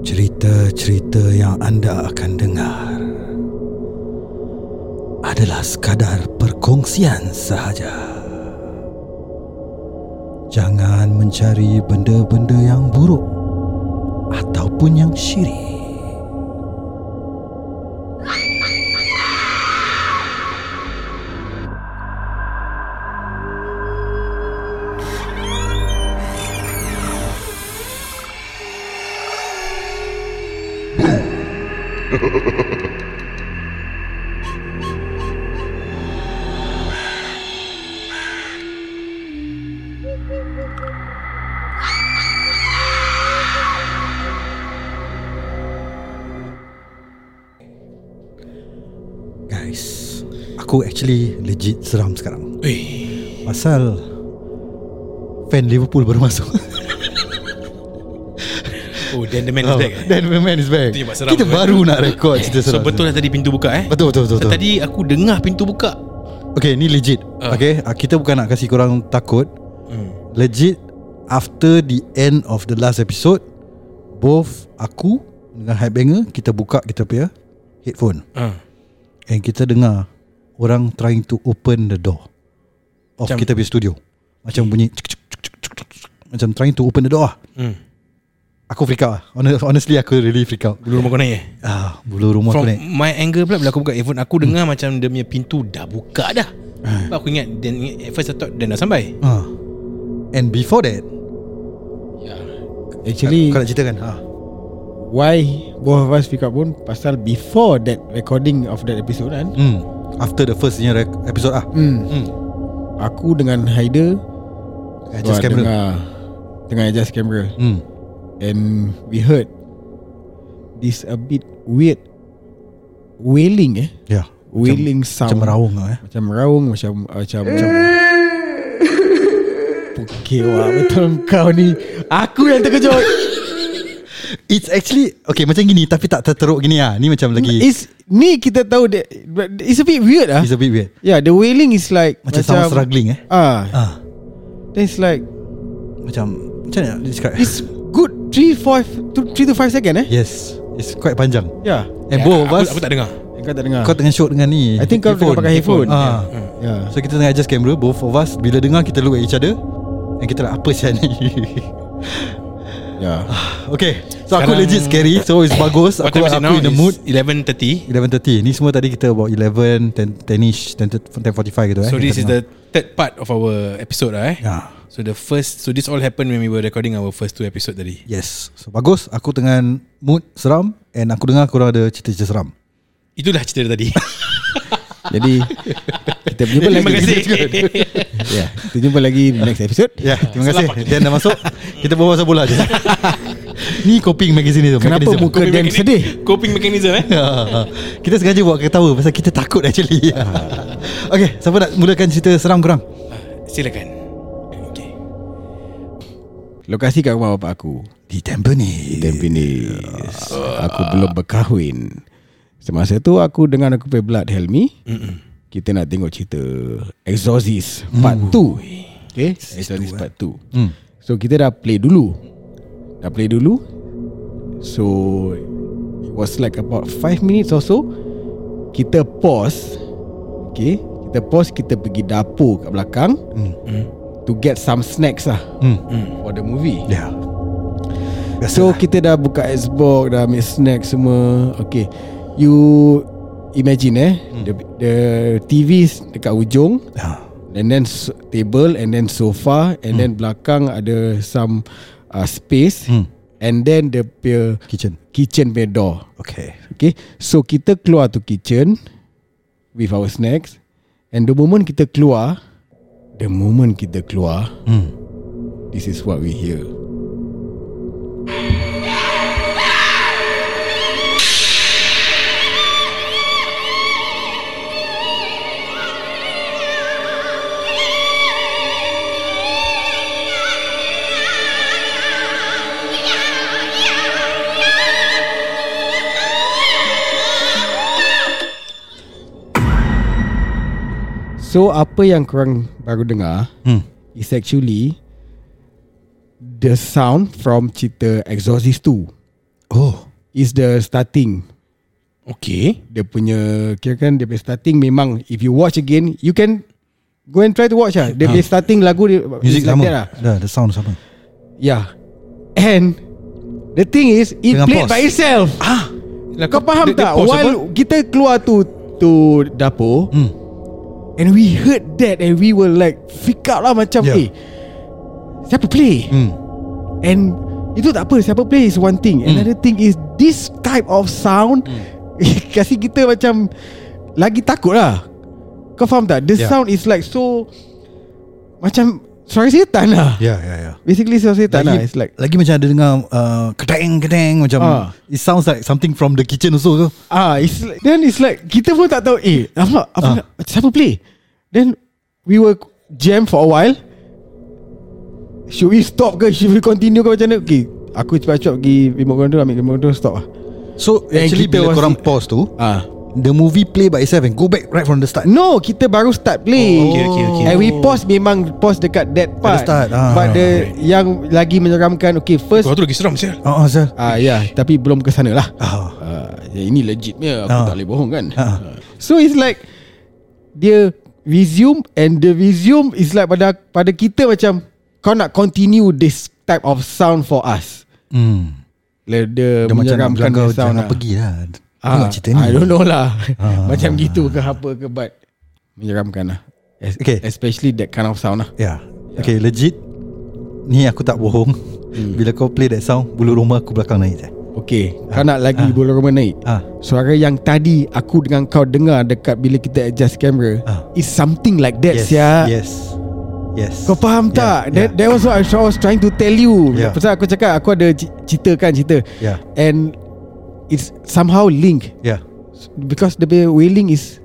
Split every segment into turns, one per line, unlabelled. Cerita-cerita yang anda akan dengar adalah sekadar perkongsian sahaja. Jangan mencari benda-benda yang buruk ataupun yang syirik. Guys, aku actually legit seram sekarang.
Eh,
Pasal fan Liverpool baru masuk.
oh then the man is back. eh?
Dan the man is back.
Itu yang buat seram
Kita
tu, eh?
baru nak record cerita
So
seram. tu.
betul lah tadi pintu buka eh?
Betul betul betul. betul.
Tadi aku dengar pintu buka.
Okay ni legit uh.
Ah.
Okay ah, Kita bukan nak kasih korang takut
Hmm.
Legit After the end of the last episode Both aku Dengan Hypebanger Kita buka kita punya Headphone
Ah.
And kita dengar Orang trying to open the door Of
Macam-
kita punya studio Macam bunyi cik, cik, cik, cik, cik, cik, cik. Macam trying to open the door lah
Hmm.
Aku freak out lah Hon- Honestly aku really freak out
Dulu rumah kau naik eh?
ah, Bulu rumah tu
From
naik Hmm.
my angle pula Bila aku buka earphone Aku dengar macam Dia punya pintu dah buka dah Sebab Aku ingat dan At first I thought Dan dah sampai
ah. And before that
Ya
Actually
Kau nak ceritakan ah.
Why Both of us pick up pun Pasal before that Recording of that episode kan
hmm. After the first punya rec- episode ah.
hmm.
Hmm.
Aku dengan Haider
Adjust
were
camera
Tengah, tengah adjust camera
Hmm.
And we heard This a bit weird Wailing eh
Ya.
Wailing sound
Macam meraung lah eh.
Macam meraung Macam uh, Macam, macam Pukit wah Betul kau ni Aku yang
Eh,
terkejut
It's actually okay macam gini tapi tak terteruk gini ah. Ni macam lagi
It's, Ni kita tahu that, but It's a bit weird ah
it's a bit weird.
Yeah, the wailing is like
Macam, sound struggling eh.
Ah,
Ah.
then it's like
Macam macam mana nak describe?
it's good 3 5 to 3 to 5 second eh?
yes. It's quite panjang.
Yeah.
And Eh, both of
Ya, aku,
us
aku tak dengar
yeah. Kau tak dengar.
kau tengah shoot dengan ni.
I think kau tengah pakai headphone.
Ah.
yeah. Hmm.
So kita tengah adjust camera both of us bila dengar kita look at each other and kita like apa sial ni.
yeah.
okay. So aku
Sekarang-
legit scary so it's bagus.
What
Aku
time is it now?
aku in the
It's
mood. 11.30
11.30
Ni semua tadi kita about 11 10, 10ish 10, 10.45 gitu eh Ya.
So
kita
this is
dengar.
the Third part of our episode lah eh
Yeah.
So the first So this all happened When we were recording Our first two episode tadi
Yes So bagus Aku dengan mood seram And aku dengar korang ada cerita-cerita seram
Itulah cerita tadi
Jadi kita berjumpa lagi.
Terima kasih
Yeah. Kita jumpa lagi next episode.
Ya yeah, terima kasih Dan dah masuk Kita berbual pasal bola je Ni coping magazine ni tu
Kenapa
mechanism.
muka Dan sedih?
Coping mechanism eh
Ya. Kita sengaja buat ketawa Pasal kita takut actually Okay Siapa nak mulakan cerita seram korang
Silakan Okay
Lokasi kat rumah bapak aku.
Di Tampines
Tampines. Aku belum berkahwin. Semasa tu aku dengan aku punya blood Helmi. Kita nak tengok cerita Exorcist Part 2. Okay, Exorcist Part 2.
hmm.
So kita dah play dulu Dah play dulu So It was like about 5 minutes or so Kita pause Okay Kita pause Kita pergi dapur kat belakang
Hmm.
To get some snacks lah
Hmm.
For the movie
Ya yeah. lah.
So kita dah buka Xbox Dah ambil snack semua Okay You Imagine eh
Hmm.
the, the TV dekat ujung
yeah.
And then s- table And then sofa And then belakang ada some uh, space
Hmm.
And then the punya
Kitchen
kitchen punya door
Okay
Okay So kita keluar to kitchen With our snacks And the moment kita keluar The moment kita keluar
hmm.
This is what we hear So apa yang korang baru dengar
Hmm.
Is actually The sound from cerita Exorcist 2
Oh
Is the starting
Okay
Dia punya Kira kan dia punya starting Memang If you watch again You can Go and try to watch lah Dia punya starting lagu dia,
Music
is like
sama
that lah.
Dah the sound sama
Yeah And The thing is It
Dengan
played
pause.
by itself ah, Kau faham
dia,
tak
Dia pause
While
apa?
kita keluar tu Tu dapur
Hmm.
And we heard that And we were like Freak out lah macam
Yeah.
yeah. Eh Siapa play
hmm.
And Itu tak apa Siapa play is one thing mm. Another thing is This type of sound mm. Kasi kita macam Lagi takut lah Kau faham tak The
Yeah.
yeah. sound is like so Macam Suara setan lah yeah.
Ya ya ya
Basically suara setan lah
lagi,
It's like
lagi macam ada dengar uh, Kedeng kedeng Macam
Ah.
It sounds like something from the kitchen also ke
Ah, it's like, then it's like kita pun tak tahu eh apa apa
Ah.
nak- siapa play. Then we were jam for a while. Should we stop ke? Should we continue ke macam mana? Okay, aku cepat-cepat pergi remote control ambil remote control stop lah.
So
Yang
actually
kita
bila
was-
korang pause tu
Ah.
The movie play by itself And go back right from the start
No, kita baru start play.
Oh, okay, okay, okay.
And we pause memang pause dekat that part.
start, ah.
But the yang lagi menyeramkan okay first
Kau tu lagi seram sial
Oh, oh sir
ah ya, yeah, tapi belum ke sana lah.
Ah.
Uh, ya ini legit punya Aku
Ah.
tak boleh bohong kan
Ah.
So it's like Dia resume And the resume Is like pada pada kita macam Kau nak continue This type of sound for us
Hmm.
Le-
Dia macam
Dia, dia
nak
menyeramkan
bilang kau
the sound
jangan
lah.
pergi lah.
ah,
Tengok cerita ni.
I don't know lah
Ah.
Macam gitu ke apa ke But Menyeramkan lah Es-
Okay.
Especially that kind of sound lah
Yeah. Ya. Okay, legit. Ni aku tak bohong. Bila kau play that sound, bulu rumah aku belakang naik je.
Okay Kau nak lagi bola rumah naik
Ah.
Suara yang tadi Aku dengan kau dengar Dekat bila kita adjust kamera
Ah.
Is something like that
Yes.
sia
Yes. Yes. Ya,
Kau faham
Yeah,
tak? That,
yeah.
that was what I was trying to tell you.
Yeah.
Pasal aku cakap aku ada ci- cerita kan cerita.
Yeah.
And it's somehow linked
Yeah.
because the way wailing is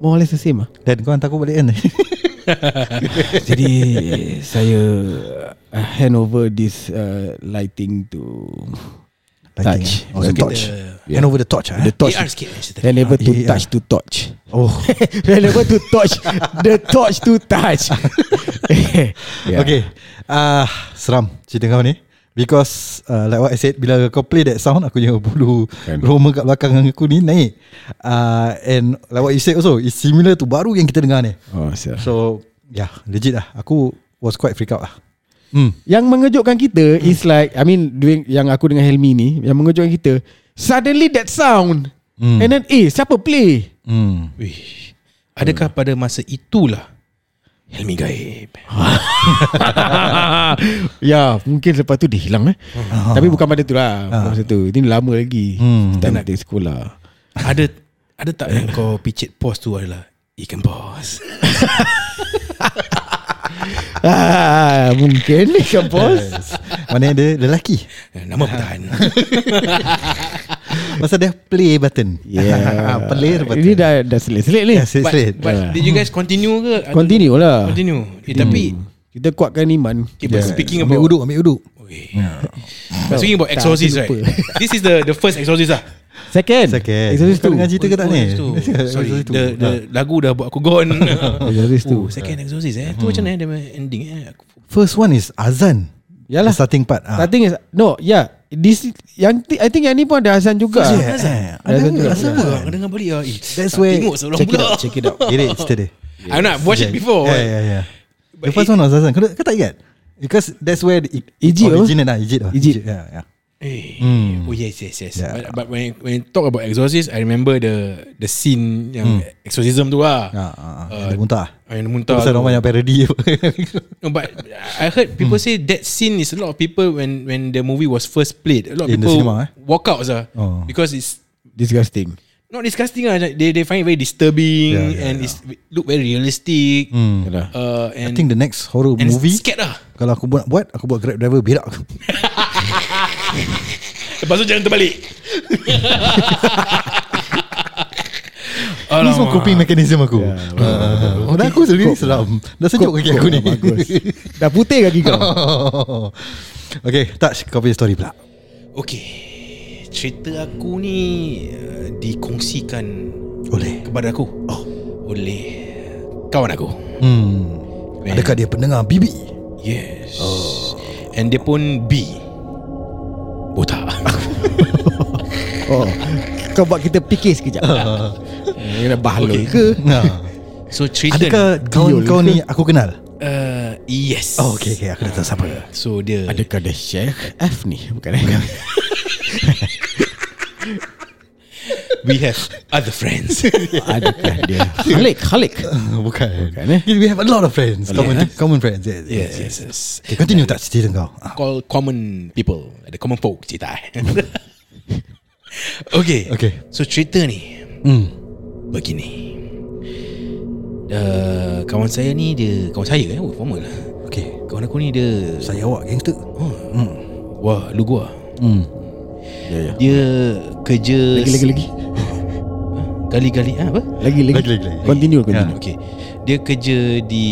more or less the same ah.
Dan kau hantar aku balik kan?
Jadi saya uh, hand over this uh, lighting to
Lighting.
Touch.
Oh, so
The torch.
kita- Hand over the torch. ah,
the
eh?
torch.
AR sikit eh, cerita.
Hand over to
Ah, yeah.
touch to torch.
Oh.
hand over to touch the torch to touch. yeah.
Okay. Ah, seram cerita kau ni. Because uh, like what I said Bila kau play that sound Aku punya bulu
Kan.
Roma kat belakang aku ni naik uh, And like what you said also It's similar to baru yang kita dengar ni
Oh, siap.
So Yeah legit lah Aku was quite freak out lah
Yang mengejutkan kita is like I mean doing yang aku dengan Helmi ni yang mengejutkan kita suddenly that sound mm. and then eh siapa play?
Hmm.
Wih.
Hmm.
Adakah pada masa itulah Ha. Helmi gaib
ya, mungkin lepas tu dia hilang eh. Tapi bukan pada tu lah. Bukan masa tu. Ini lama lagi. Hmm. Kita nak pergi sekolah.
Ada Ada tak yang kau picit pause tu adalah Ikan pause
ah, mungkin ni kan bos.
Yes. Mana ada lelaki
Eh, Nama pertahan
Masa dia play button
Yeah.
Play button
Ya. Ini dah dah selit-selit ni.
yeah, straight,
But,
straight.
Ha.
but did you guys continue ke? Atau-
Continue lah.
Continue eh, Tapi
Kita kuatkan iman. Ya.
okay, but Speaking
Ambil
about
uduk Ambil uduk
Weh. But Speaking about
Hmm. Ha. Tak,
exorcist right
aku lupa.
This is the the first exorcist lah
Second.
Second
Exorcist
Kau
tu.
dengar cerita ke tak ni
Exorcist Oh, tu. Sorry
Exorcist tu. Ah.
the, the lagu dah buat aku gone
Exorcist tu.
Oh, Second exorcist eh
Hmm.
Tu macam mana eh, dia punya ending eh Aku
First one is Azan
Yalah.
The starting part
Ah. Starting is no, yeah. This yang ti- I think yang ni pun ada Hasan juga.
Yeah, eh. Ada
Azan juga.
Azan
Kenapa
juga.
aku dengar balik ah? Eh,
That's
tak
where
Tengok seorang
Check it
pula
out Check it out Get it Cerita dia
I've not watched it before
Yeah yeah yeah The first one was Azan Kau, kau tak ingat Because that's where the,
Egypt apa?
Originate lah Egypt lah
Egypt.
yeah, yeah.
Eh, Oh yes yes yes
Hmm. Yeah.
But, but when, when you talk about exorcist I remember the The scene Yang exorcism tu lah
Hmm. Ah, ah, ah.
Uh,
Ada muntah
Yang dia muntah
Pasal
tu.
orang yang parody apa.
No, but I heard people
Hmm.
say that scene is a lot of people when when the movie was first played. A lot of
In the
people
cinema, eh?
walk out sah,
Oh.
because it's
Disgusting.
not disgusting. Ah, like they they find it very disturbing
Yeah, yeah, Hmm.
and it's look very realistic.
Yalah.
Uh,
I
and
think the next horror
and
movie
it's scared lah.
Kalau aku buat, buat Aku buat grab driver Berak aku
Lepas tu jangan terbalik.
Ni semua coping mechanism aku yeah, uh, Dan aku sendiri seram Dah sejuk kaki aku ni
Oh, Dah putih kaki kau.
Okay Touch kau punya story pula
Okay, cerita aku ni uh, dikongsikan
Boleh
kepada aku oh. oleh kawan aku.
hmm. Adakah dia pendengar Bibi Oh.
Yes. And dia pun B. Botak.
oh. Kau buat kita fikir sekejap Dia nak bahaloi okay. ke
Nah.
So cerita
Adakah kawan kau ni aku kenal?
uh, Yes
Oh okay, okay. Aku dah tak siapa
So dia
Adakah dia Syekh F ni Bukan eh
We have other friends
Adakah dia Khalik Khalik
Oh, Bukan
Bukan, eh?
We have a lot of friends Common,
eh?
common friends yes,
Yes yes yes
Okay, continue tak cerita kau ah.
Call common people Ada common folk cerita eh. Okay
Okay.
So cerita ni
Hmm.
Begini uh, Kawan saya ni dia Kawan saya eh oh, Formal lah
Okay
Kawan aku ni dia
Saya awak gangster
oh. Wah lu gua
hmm.
Ya ya
Dia kerja
Lagi lagi lagi
Gali-gali ah, Apa?
Lagi lagi
Lagi, lagi, lagi.
Continue
Ah,
continue
Okay Dia kerja di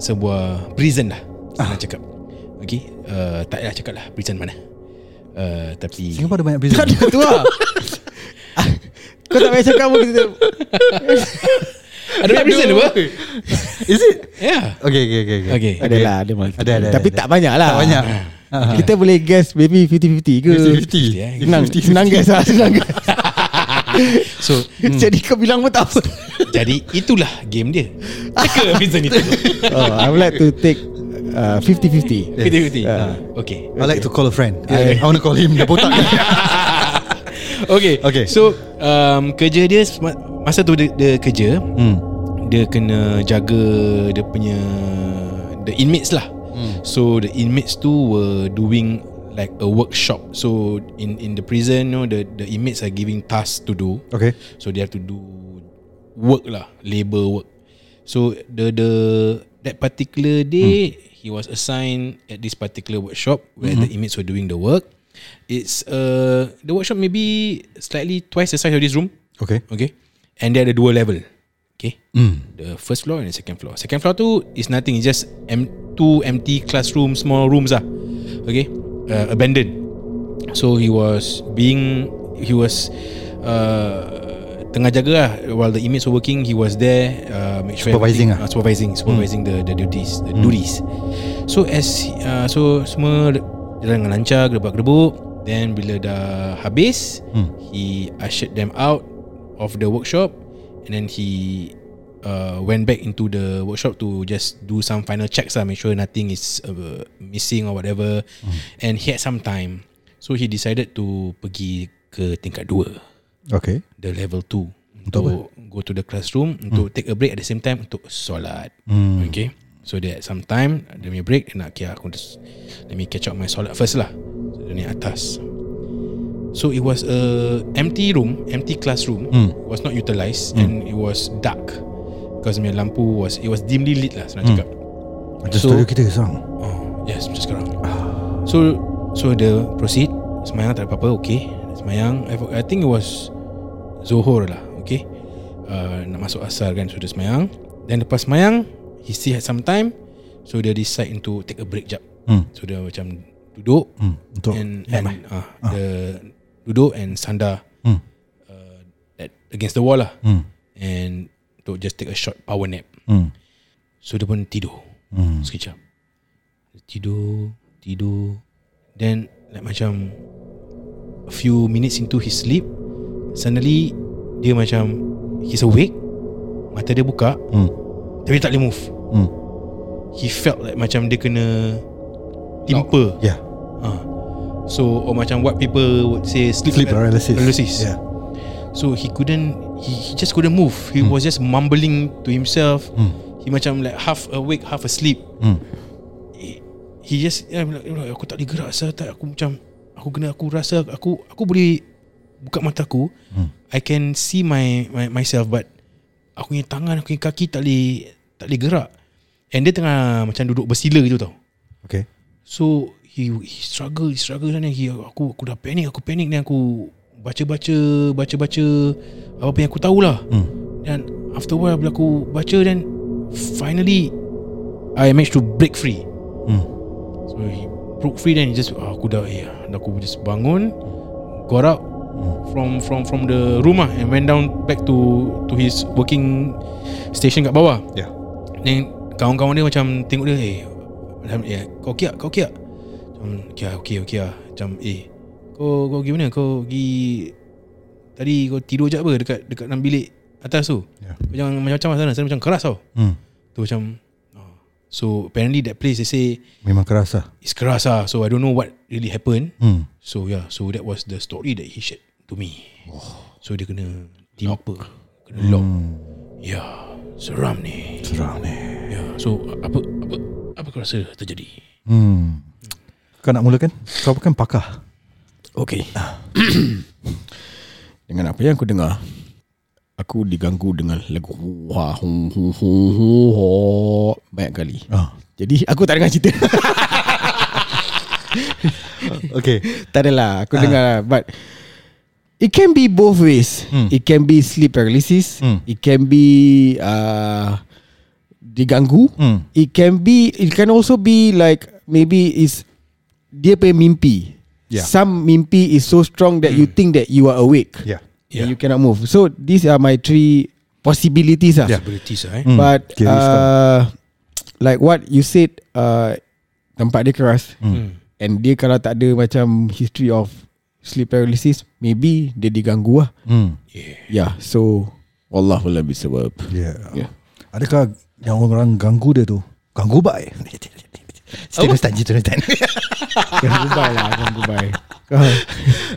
Sebuah prison lah Senang ah. cakap Okay uh, Tak payah cakap lah Prison mana uh, Tapi
Singapore ada banyak prison
Kau tu lah Kau tak payah cakap pun kita
Ada banyak prison apa? Ya.
Is it?
Yeah
Okay okay okay
Okay.
Ada lah ada, multiple.
Ada, ada,
Tapi
ada.
tak banyak lah
Tak banyak Ah.
Kita boleh guess Maybe 50-50 ke
50-50
eh.
Senang Senang guess lah Senang guess
So
Jadi kau bilang pun tak apa
Jadi itulah game dia Teka prison itu
oh, I would like to take uh, 50-50
Kita ikuti
Ah.
Okay
I like to call a friend I want to call him Dia botak
Okay
Okay.
So um, Kerja dia sema- Masa tu dia, dia kerja
hmm.
Dia kena jaga Dia punya The inmates lah
Hmm.
So the inmates tu Were doing Like a workshop So in in the prison you know, the, the inmates are giving tasks to do
Okay
So they have to do work lah, labor work. So the the that particular day he was assigned at this particular workshop where the inmates were doing the work. It's uh the workshop maybe slightly twice the size of this room.
Okay
Okay. And there ada dua level. Okay.
hmm.
The first floor and the second floor. Second floor tu is nothing. It's just em- two empty classroom, small rooms ah. Okay, uh, abandoned. So he was being, he was uh, tengah jaga lah while the inmates were working. He was there, uh, make sure
Supervising
everything-
ah.
uh, supervising, supervising the the duties, the duties. So as uh, so semua jalan dengan lancar, gerbak gerbuk. Then bila dah habis, he ushered them out of the workshop and then he uh, went back into the workshop to just do some final checks lah, make sure nothing is uh, missing or whatever. And he had some time. So he decided to pergi ke tingkat 2
Okay
the level 2 untuk go to the classroom untuk take a break at the same time untuk solat. Okay. So dia at some time dia punya break dia nak okay, aku just, let me catch up my solat first lah. So dia ni atas. So it was a empty room, empty classroom It was not utilised and it was dark because punya lampu was it was dimly lit lah senang cakap.
Macam
So-
studio kita sang
Oh, yes, macam sekarang. So, so the proceed semayang tak ada apa-apa, okay. Semayang, I, I think it was Zohor lah, okay. Uh, nak masuk asar kan, so dia semayang. Then lepas semayang, he still had some time. So dia decide to take a break jap.
Hmm.
So dia macam duduk
hmm. Untuk
and, and ah, the duduk and sandar
Hmm.
uh, at, against the wall lah.
hmm.
And to just take a short power nap.
Hmm.
So dia pun tidur
Hmm.
Sekejap Dia Tidur Tidur Then like macam A few minutes into his sleep Suddenly Dia macam He's awake Mata dia buka
Hmm.
Tapi dia tak boleh move
Hmm.
He felt like macam dia kena Timpa
Yeah
Ah. So or macam what people would say Sleep,
Sleep
par-
paralysis
lah. paralysis.
Yeah
So he couldn't he, he just couldn't move He
Hmm.
was just mumbling to himself He macam like half awake Half asleep
Hmm.
he, Eh, he just yeah, I'm like, you know, Aku tak boleh gerak sah, tak, Aku macam Aku kena aku rasa Aku aku boleh Buka mata aku I can see my, my myself But Aku punya tangan Aku punya kaki tak boleh Tak boleh gerak And dia tengah Macam duduk bersila gitu tau
Okay
So he, he struggle, he struggle sana. He, aku aku dah panik, aku panik ni aku baca-baca, baca-baca apa yang aku tahulah.
Hmm.
Dan after a while bila aku baca then finally I managed to break free.
Hmm.
So he broke free then he just ah, aku dah ya, dah aku just bangun, got out
Hmm.
from from from the rumah and went down back to to his working station kat bawah.
Yeah
Then kawan-kawan dia macam tengok dia Eh Alhamdulillah eh, Kau okay tak? Kau okay tak? Macam okay lah okay okay lah Macam eh Kau Kau kau pergi mana? Kau pergi tadi kau tidur je apa dekat dekat dalam bilik atas tu.
Ya.
Kau jangan macam-macam lah sana. Sana macam keras tau.
Hmm.
Tu macam ah. So apparently that place they say
Memang keras lah.
it's keras lah. So I don't know what really happened.
Hmm.
So yeah, so that was the story that he shared to me. So dia kena timpa, kena lock. Ya, yeah, seram ni.
Seram ni.
Ya, yeah. so apa apa apa kau rasa terjadi?
Hmm. Kau nak mulakan? Kau bukan pakar.
Okay Dengan apa yang aku dengar Aku diganggu dengan lagu hua, hu, hu, hu, hu, hu, Banyak kali
Ah.
Jadi aku tak dengar cerita
Okay.
Tak
Ah.
adalah Aku dengar lah But It can be both ways
Hmm.
It can be sleep paralysis
Hmm.
It can be uh, Diganggu
Hmm.
It can be It can also be like Maybe is Dia punya mimpi
Yeah. Hmm.
Some mimpi is so strong That you think that you are awake
Yeah.
Yeah.
And you cannot move So these are my three Possibilities lah
Yeah.
Abilities lah eh.
Hmm.
But
Okay, let's start.
uh, Like what you said uh, Tempat dia keras
Hmm.
And dia kalau tak ada macam history of sleep paralysis, maybe dia diganggu lah.
Hmm.
Yeah.
Yeah, so Allah will be sebab.
Yeah. Ya.
Yeah.
Adakah yang orang ganggu dia tu? Ganggu baik. Terus tanji terus tanji.
Ganggu bai lah, ganggu bai.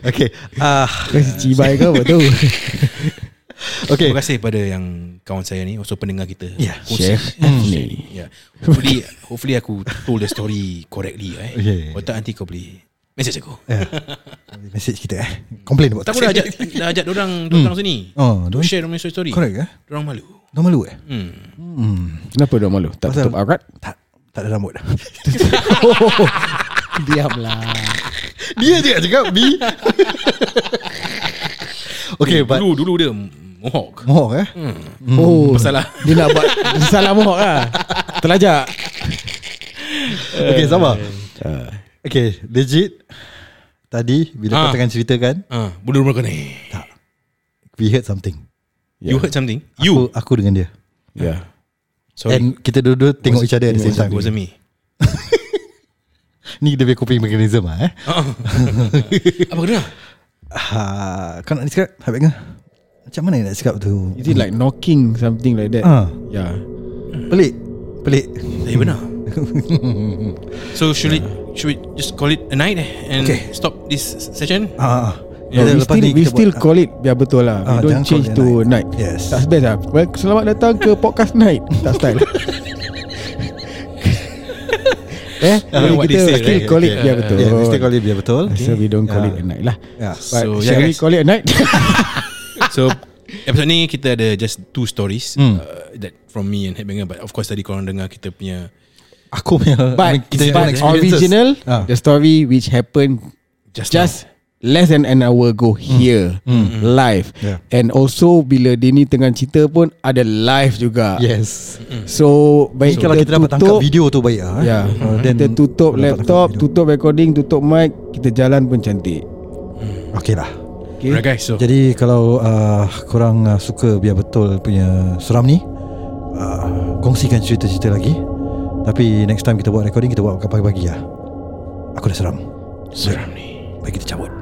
Okay. Ah,
Kau si cibai kau betul.
okay. Ya,
Terima kasih pada yang kawan saya ni Also pendengar kita
Yeah.
Kongsi.
Chef Anthony.
yeah. Hopefully Hopefully aku told the story Correctly eh.
Yeah, yeah,
Kalau tak nanti kau boleh Message aku
Yeah. Ya. Message kita eh. Complain buat.
Tak pun dah ajak Dah ajak dorang Dorang sini
Oh,
To
dorang-
share dorang punya story
Correct eh?
Dorang malu
Dah malu eh?
Hmm.
Kenapa dia malu? Tak
Pasal-
tutup aurat?
Tak. Tak ada rambut. lah.
Diamlah.
Dia je cakap B. okay, but
Dulu dulu dia Mohawk
Mohawk eh?
Oh,
Masalah
dia nak buat salah mohok lah. Terlajak.
Okay, sabar.
Ah,
Okay, legit. Tadi bila
Ah.
kau tengah ceritakan,
Ah, Bulu rumah kau ni
we heard something.
You heard something You
Aku, aku dengan dia.
Yeah.
Sorry
And kita dua-dua tengok each other at the same time.
It wasn't me
Ni dia punya coping mechanism lah eh.
Ah. Apa kena
Ha, kau nak describe Habib ke? Macam mana nak describe tu?
Is it like knocking something like that?
Ah.
Yeah.
pelik? Pelik.
Ya benar So should it Should we just call it a night eh, And
Okay.
stop this session
Ha, Ha.
No,
Lepas
we
lepas ni
still, we
kita
still
buat-
call it biar betul lah.
Ah,
we
jangan
don't
call
change
it
to
night.
night.
Yes.
That's best lah. Well, selamat datang ke podcast night. Tak style. eh,
Ah,
know what they
kita
say,
still
right?
call it
Okay.
biar betul.
Yeah, we still call it biar betul.
So we don't call
Yeah.
it a night lah.
Yeah.
But
So,
so,
yeah,
shall we
guys.
call it a night?
So Episode ni kita ada just two stories
Hmm.
uh, that from me and Headbanger but of course tadi korang dengar kita punya
Aku punya I mean,
but
kita punya
but
experiences.
original,
Ah.
the story which happened
just,
just less than an hour ago here live
Hmm. Yeah.
and also bila Dini tengah cerita pun ada live juga
Yes.
so baik
So, kalau kita dapat tangkap
tutup,
video tu baik lah. eh.
Ya,
Uh,
then kita tutup
kalau dapat tangkap
laptop,
video.
tutup recording, tutup mic, kita jalan pun cantik.
Okay lah.
now. Alright guys so
Jadi kalau uh, korang uh, suka biar betul punya seram ni, uh, kongsikan cerita-cerita lagi. Tapi next time kita buat recording, kita buat pagi-pagi lah. Aku dah seram.
seram ni
Baik kita cabut.